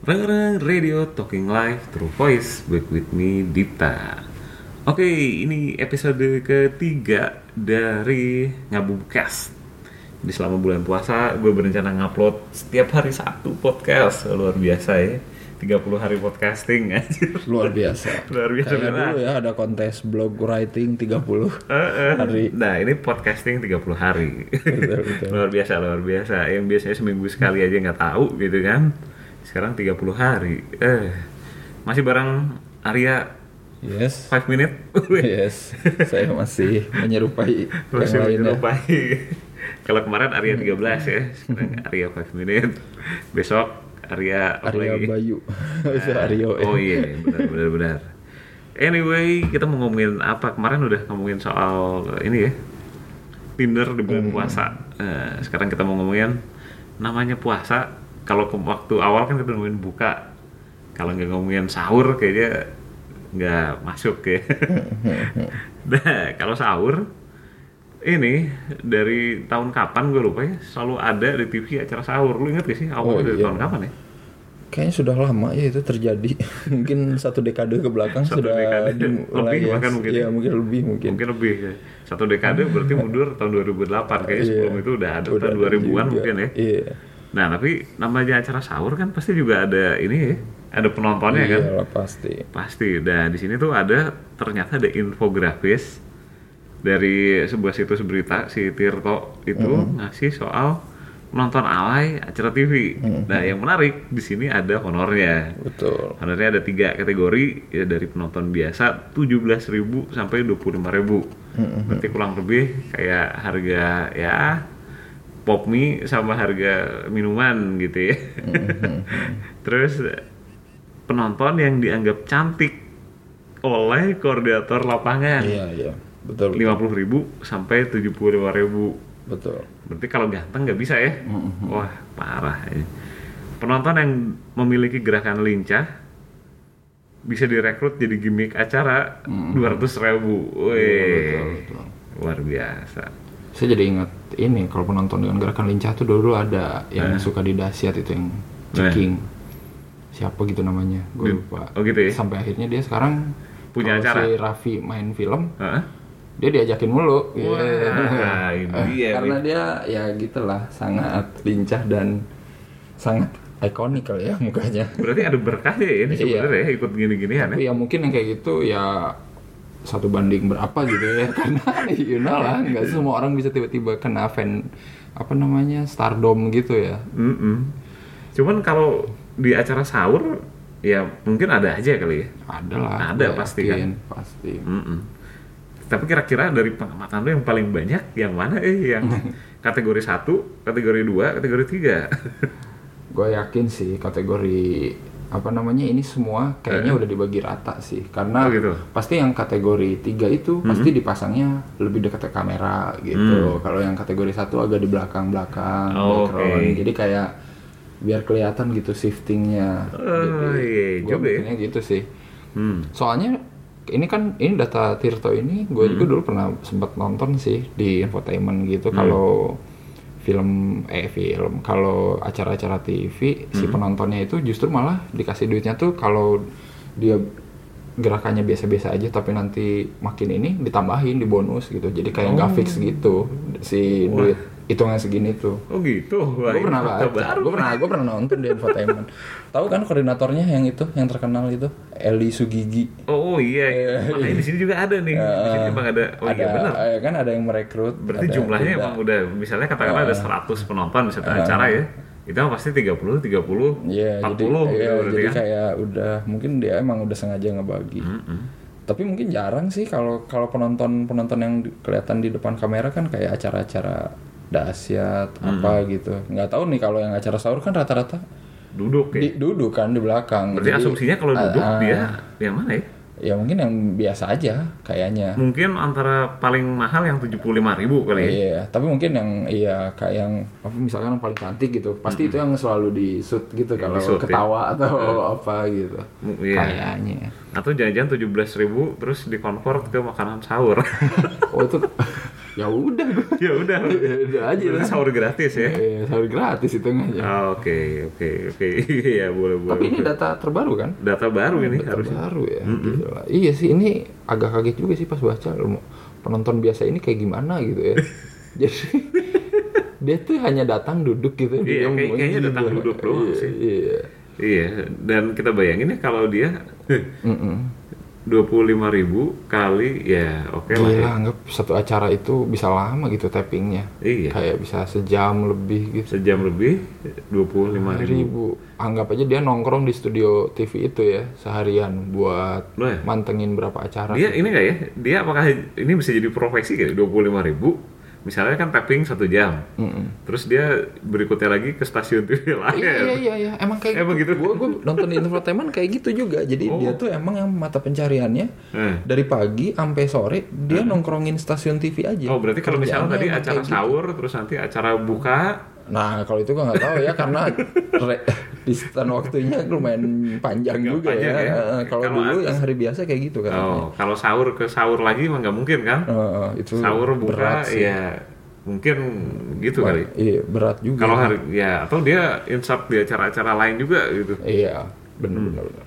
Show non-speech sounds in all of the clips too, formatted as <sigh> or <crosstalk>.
Rengereng Radio Talking Live True Voice Back with me Dita Oke ini episode ketiga dari Ngabubukas Jadi selama bulan puasa gue berencana ngupload setiap hari satu podcast Luar biasa ya 30 hari podcasting <laughs> anjir Luar biasa. <laughs> Luar biasa, Kayak beneran. dulu ya ada kontes blog writing 30 Eh, eh. hari. Nah ini podcasting 30 hari <laughs> Betul, betul. Luar biasa, luar biasa Yang biasanya seminggu sekali aja nggak tahu gitu kan Sekarang 30 hari eh Masih bareng Arya Yes. 5 minute Yes. Saya masih menyerupai yang <laughs> Masih lainnya. menyerupai Kalau kemarin Arya 13 ya Sekarang Arya 5 minute Besok Arya apa Arya lagi? <laughs> Bayu. <laughs> Itu Aryo. eh. Oh iya, benar benar benar. Anyway, kita mau ngomongin apa? Kemarin udah ngomongin soal ini ya. Tinder di bulan puasa. Eh, sekarang kita mau ngomongin namanya puasa. Kalau ke waktu awal kan kita ngomongin buka. Kalau nggak ngomongin sahur kayaknya nggak <laughs> masuk ya. nah, kalau sahur ini dari tahun kapan gue lupa ya selalu ada di TV acara sahur lu inget gak sih awalnya Oh, dari iya. tahun kapan ya Kayaknya sudah lama ya itu terjadi. <laughs> mungkin satu dekade ke belakang Satu sudah dekade. dimulai, Lebih ya. bahkan mungkin. Iya, mungkin lebih mungkin. mungkin lebih ya. satu dekade berarti mundur tahun 2008 kayaknya Iya. sebelum itu udah ada Udah tahun ada 2000-an juga. mungkin ya Iya. nah tapi namanya acara sahur kan pasti juga ada ini ya ada penontonnya kan Iyalah pasti. pasti dan di sini tuh ada ternyata ada infografis dari sebuah situs berita si Tirto itu ngasih soal menonton alay acara TV nah yang menarik di sini ada honornya Betul. Honornya ada tiga kategori ya dari penonton biasa 17.000 sampai 25.000. Berarti kurang lebih kayak harga ya pop mie sama harga minuman gitu ya. <laughs> Terus penonton yang dianggap cantik oleh koordinator lapangan Iya, iya. Betul. 50.000 sampai 75.000. Betul. Berarti kalau ganteng nggak bisa ya? Wah parah. Ya. Penonton yang memiliki gerakan lincah bisa direkrut jadi gimmick acara dua ribu. Iya, Wih, luar biasa. Saya jadi ingat ini kalau penonton dengan gerakan lincah tuh dulu ada yang Eh. suka di dahsyat itu yang ceking. Siapa gitu namanya? Gue lupa. iya. Oh gitu ya? Sampai akhirnya dia sekarang Punya acara? kalau Si Raffi main film, Hah? dia diajakin mulu. Iya. Wah, ini <laughs> dia. Karena nih. dia ya gitulah sangat lincah dan sangat ikonikal ya mukanya. Berarti ada berkahnya ya ini Iya. sebenarnya ya, ikut gini-ginian ya. Tapi ya mungkin yang kayak gitu ya satu banding berapa gitu ya <laughs> karena you know lah Iya, nggak semua orang bisa tiba-tiba kena fan apa namanya stardom gitu ya Mm-mm. Cuman kalau di acara sahur ya mungkin ada aja kali ya. ada lah Iya. Ada gua pasti kan? Hmm. yakin, pasti Mm-mm. Tapi kira-kira dari pengamatan lu yang paling banyak yang mana eh <laughs> yang kategori 1, kategori 2, kategori 3. gue yakin sih kategori apa namanya ini semua kayaknya udah dibagi rata sih Eh. karena Oh, gitu. Hmm. pasti yang kategori tiga itu pasti dipasangnya lebih dekat ke kamera gitu kalau yang kategori satu agak di belakang belakang Oh, background oke. jadi kayak biar kelihatan gitu shiftingnya Oh, iya juga ya. gua bikinnya gitu sih Hmm. soalnya ini kan ini data Tirto ini gue Hmm. juga dulu pernah sempat nonton sih di Hmm. infotainment gitu kalau film eh film kalau acara-acara TV si Hmm. penontonnya itu justru malah dikasih duitnya tuh kalau dia gerakannya biasa-biasa aja tapi nanti makin ini ditambahin di bonus gitu jadi kayak Oh. nggak fix gitu si duit hitungan segini tuh Oh gitu. Wah, gue ini pernah fakta baca, baru. gue pernah, gue pernah nonton di infotainment. Tahu kan koordinatornya yang itu, yang terkenal itu, Eli Sugigi. Oh, oh <laughs> iya. Makanya di sini juga ada nih. Di sini emang ada. Oh Eh, ada, iya benar. eh, kan ada yang merekrut. Berarti ada- Eh. jumlahnya emang udah misalnya katakanlah ada 100 penonton di satu acara ya. Itu mah pasti 30, 30, Iya, 40 jadi, gitu iya, berarti jadi kan. kayak udah, mungkin dia emang udah sengaja ngebagi. Tapi mungkin jarang sih kalau kalau penonton penonton yang di- kelihatan di depan kamera kan kayak acara-acara dahsyat apa gitu. Nggak tahu nih kalau yang acara sahur kan rata-rata Duduk ya. di- duduk kan di belakang. Berarti Jadi, asumsinya kalau duduk ah, dia yang mana ya? ya mungkin yang biasa aja kayaknya. Mungkin antara paling mahal yang 75.000 kali ya. Iya, tapi mungkin yang iya kayak yang apa misalkan yang paling cantik gitu. Pasti itu yang selalu di shoot gitu kalau di-shoot, ya. ketawa atau apa gitu. M- iya. Kayaknya. Atau jangan-jangan 17.000 terus dikonvert ke makanan sahur. Oh itu <laughs> ya udah gua- <laughs> <laughs> ya udah ya udah aja Berarti lah sahur gratis ya ya, sahur gratis itu aja Ah, oke oke oke <laughs> ya boleh boleh tapi ini boleh. data terbaru kan data baru ini Data harusnya baru ya gitu lah. iya sih ini agak kaget juga sih pas baca lu mau- penonton biasa ini kayak gimana gitu <laughs> ya jadi dia tuh hanya datang duduk gitu Iya, dia kayak- ngomongin kayaknya gitu. datang duduk doang iya, sih. iya. iya dan kita bayangin ya kalau dia <laughs> Mm-mm. 25.000 kali ya oke lah Gila, ya. anggap satu acara itu bisa lama gitu tappingnya. Iya. Hmm. Kayak bisa sejam lebih gitu. sejam lebih 25.000 Ribu. Anggap aja dia nongkrong di studio TV itu ya seharian buat Loh ya? mantengin berapa acara. dia ini nggak ya dia apakah ini bisa jadi ya? profesi kayak 25.000 misalnya kan tapping satu jam Mm-mm. terus dia berikutnya lagi ke stasiun TV <laughs> lain Iya, iya, iya, iya. Emang kayak Emang gitu? Oh. Gua, gua- nonton di infotainment kayak gitu juga jadi dia tuh emang yang mata pencariannya Eh. dari pagi sampai sore dia nongkrongin stasiun TV aja Oh berarti kalau misalnya tadi Kerjaannya emang acara gitu. kayak sahur terus nanti acara buka gitu. nah kalau itu gua nggak tahu ya karena re- distan waktunya lumayan panjang Agak juga panjang ya, ya. Eh, kalau Kalau dulu atas- yang hari biasa kayak gitu kan oh kalau sahur ke sahur lagi mah nggak mungkin kan Eh, itu sahur berat buka sih. ya mungkin gitu kali iya berat juga kalau hari ya atau dia insert di acara-acara lain juga gitu iya, Hmm. benar benar benar.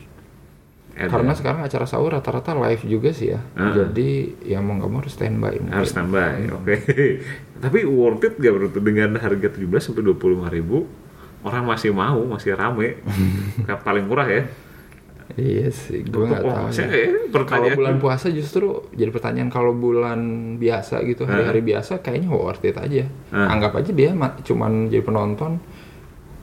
Ada. Karena sekarang acara sahur rata-rata live juga sih ya. Jadi ya mau nggak mau harus standby. Hmm. harus standby oke <laughs> tapi worth it gak bro dengan harga 17 sampai 25 ribu orang masih mau masih <laughs> rame Kan paling murah ya Iya sih, gue nggak oh tahu. masih ya. eh, Kalau pertanyaan bulan puasa justru jadi pertanyaan kalau bulan biasa gitu hari-hari biasa kayaknya worth it aja. Anggap aja dia ma- cuman jadi penonton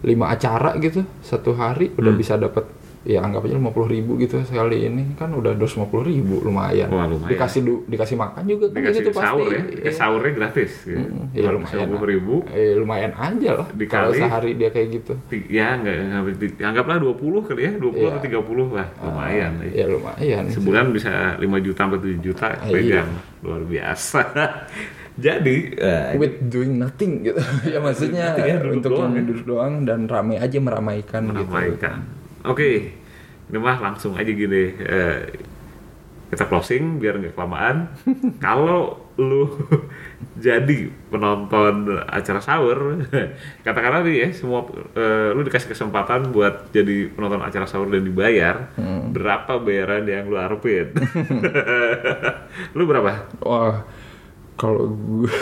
5 acara gitu satu hari udah Hmm. bisa dapat ya anggap aja 50.000 ribu gitu sekali ini kan udah 250.000 ribu lumayan. Wah, lumayan. Dikasih du- dikasih makan juga kan dikasih itu pasti. sahur ya eh, Iya. sahurnya gratis gitu. Mm, iya, lumayan lah. ribu Eh, lumayan aja lah kalau Dikali. sehari dia kayak gitu. ya nggak nggak- di- anggaplah 20 kali ya 20 Iya. atau 30 lah lumayan eh. Ya lumayan. sebulan bisa 5 juta sampai 7 juta Ah, iya. pegang luar biasa <laughs> jadi eh, with doing nothing <laughs> gitu ya maksudnya Nothing ya, duduk untuk doang yang ya. duduk doang dan ramai aja meramaikan, gitu meramaikan. Oke, ini mah langsung aja gini. eh, kita closing biar nggak <laughs> kelamaan. Kalau lu jadi penonton acara sahur, katakanlah nih ya semua eh, lu dikasih kesempatan buat jadi penonton acara sahur dan dibayar, Hmm. berapa bayaran yang lu <laughs> harapin? lu berapa? wah kalau gue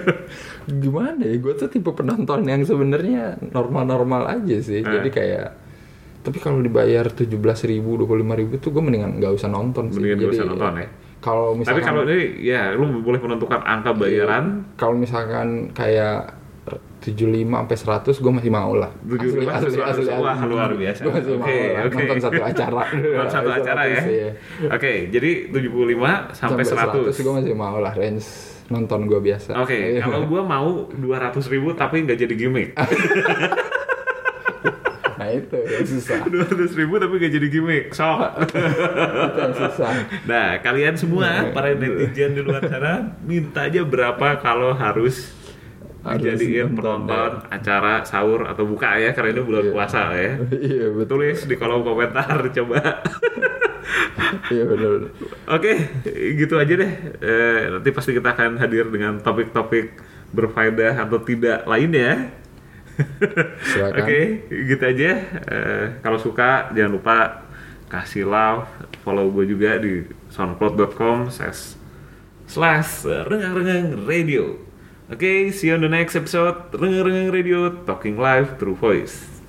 <laughs> gimana ya gue tuh tipe penonton yang sebenarnya normal-normal aja Eh. sih jadi kayak tapi kalau dibayar tujuh belas ribu dua ribu tuh gue mendingan nggak usah nonton sih Mendingan nggak jadi usah nonton ya. kalau Tapi misalkan kalau ini ya lu boleh menentukan angka bayaran. kalau misalkan kayak 75 sampai 100 gue masih mau lah. 75 sampai 100, wah, luar biasa. Gue masih Oke, mau lah. oke. Nonton satu <laughs> acara. Buat satu acara ya. Iya. Oke, jadi 75 sampai 100. 100 gue masih mau lah range nonton gue biasa. Oke, <laughs> Iya. kalau gua mau 200.000 ribu tapi nggak jadi <laughs> gimmick. Nah itu yang susah. 200.000 ribu tapi nggak jadi gimmick. <laughs> Sok. itu yang susah. <laughs> Nah, kalian Iya. semua para netizen di luar sana minta aja berapa kalau harus Harus dijadiin nonton, penonton acara sahur atau buka ya karena ini bulan puasa ya. Iya betul. Tulis di kolom komentar <laughs> coba. Iya benar. benar. Oke, gitu aja deh. Eh, nanti pasti kita akan hadir dengan topik-topik berfaedah atau tidak lainnya. Silakan. Oke, gitu aja. Eh, kalau suka jangan lupa kasih love, follow gue juga di soundcloud.com slash slash rengang-rengang radio. Oke, see you on the next episode. Rengang-rengang radio, talking live through voice.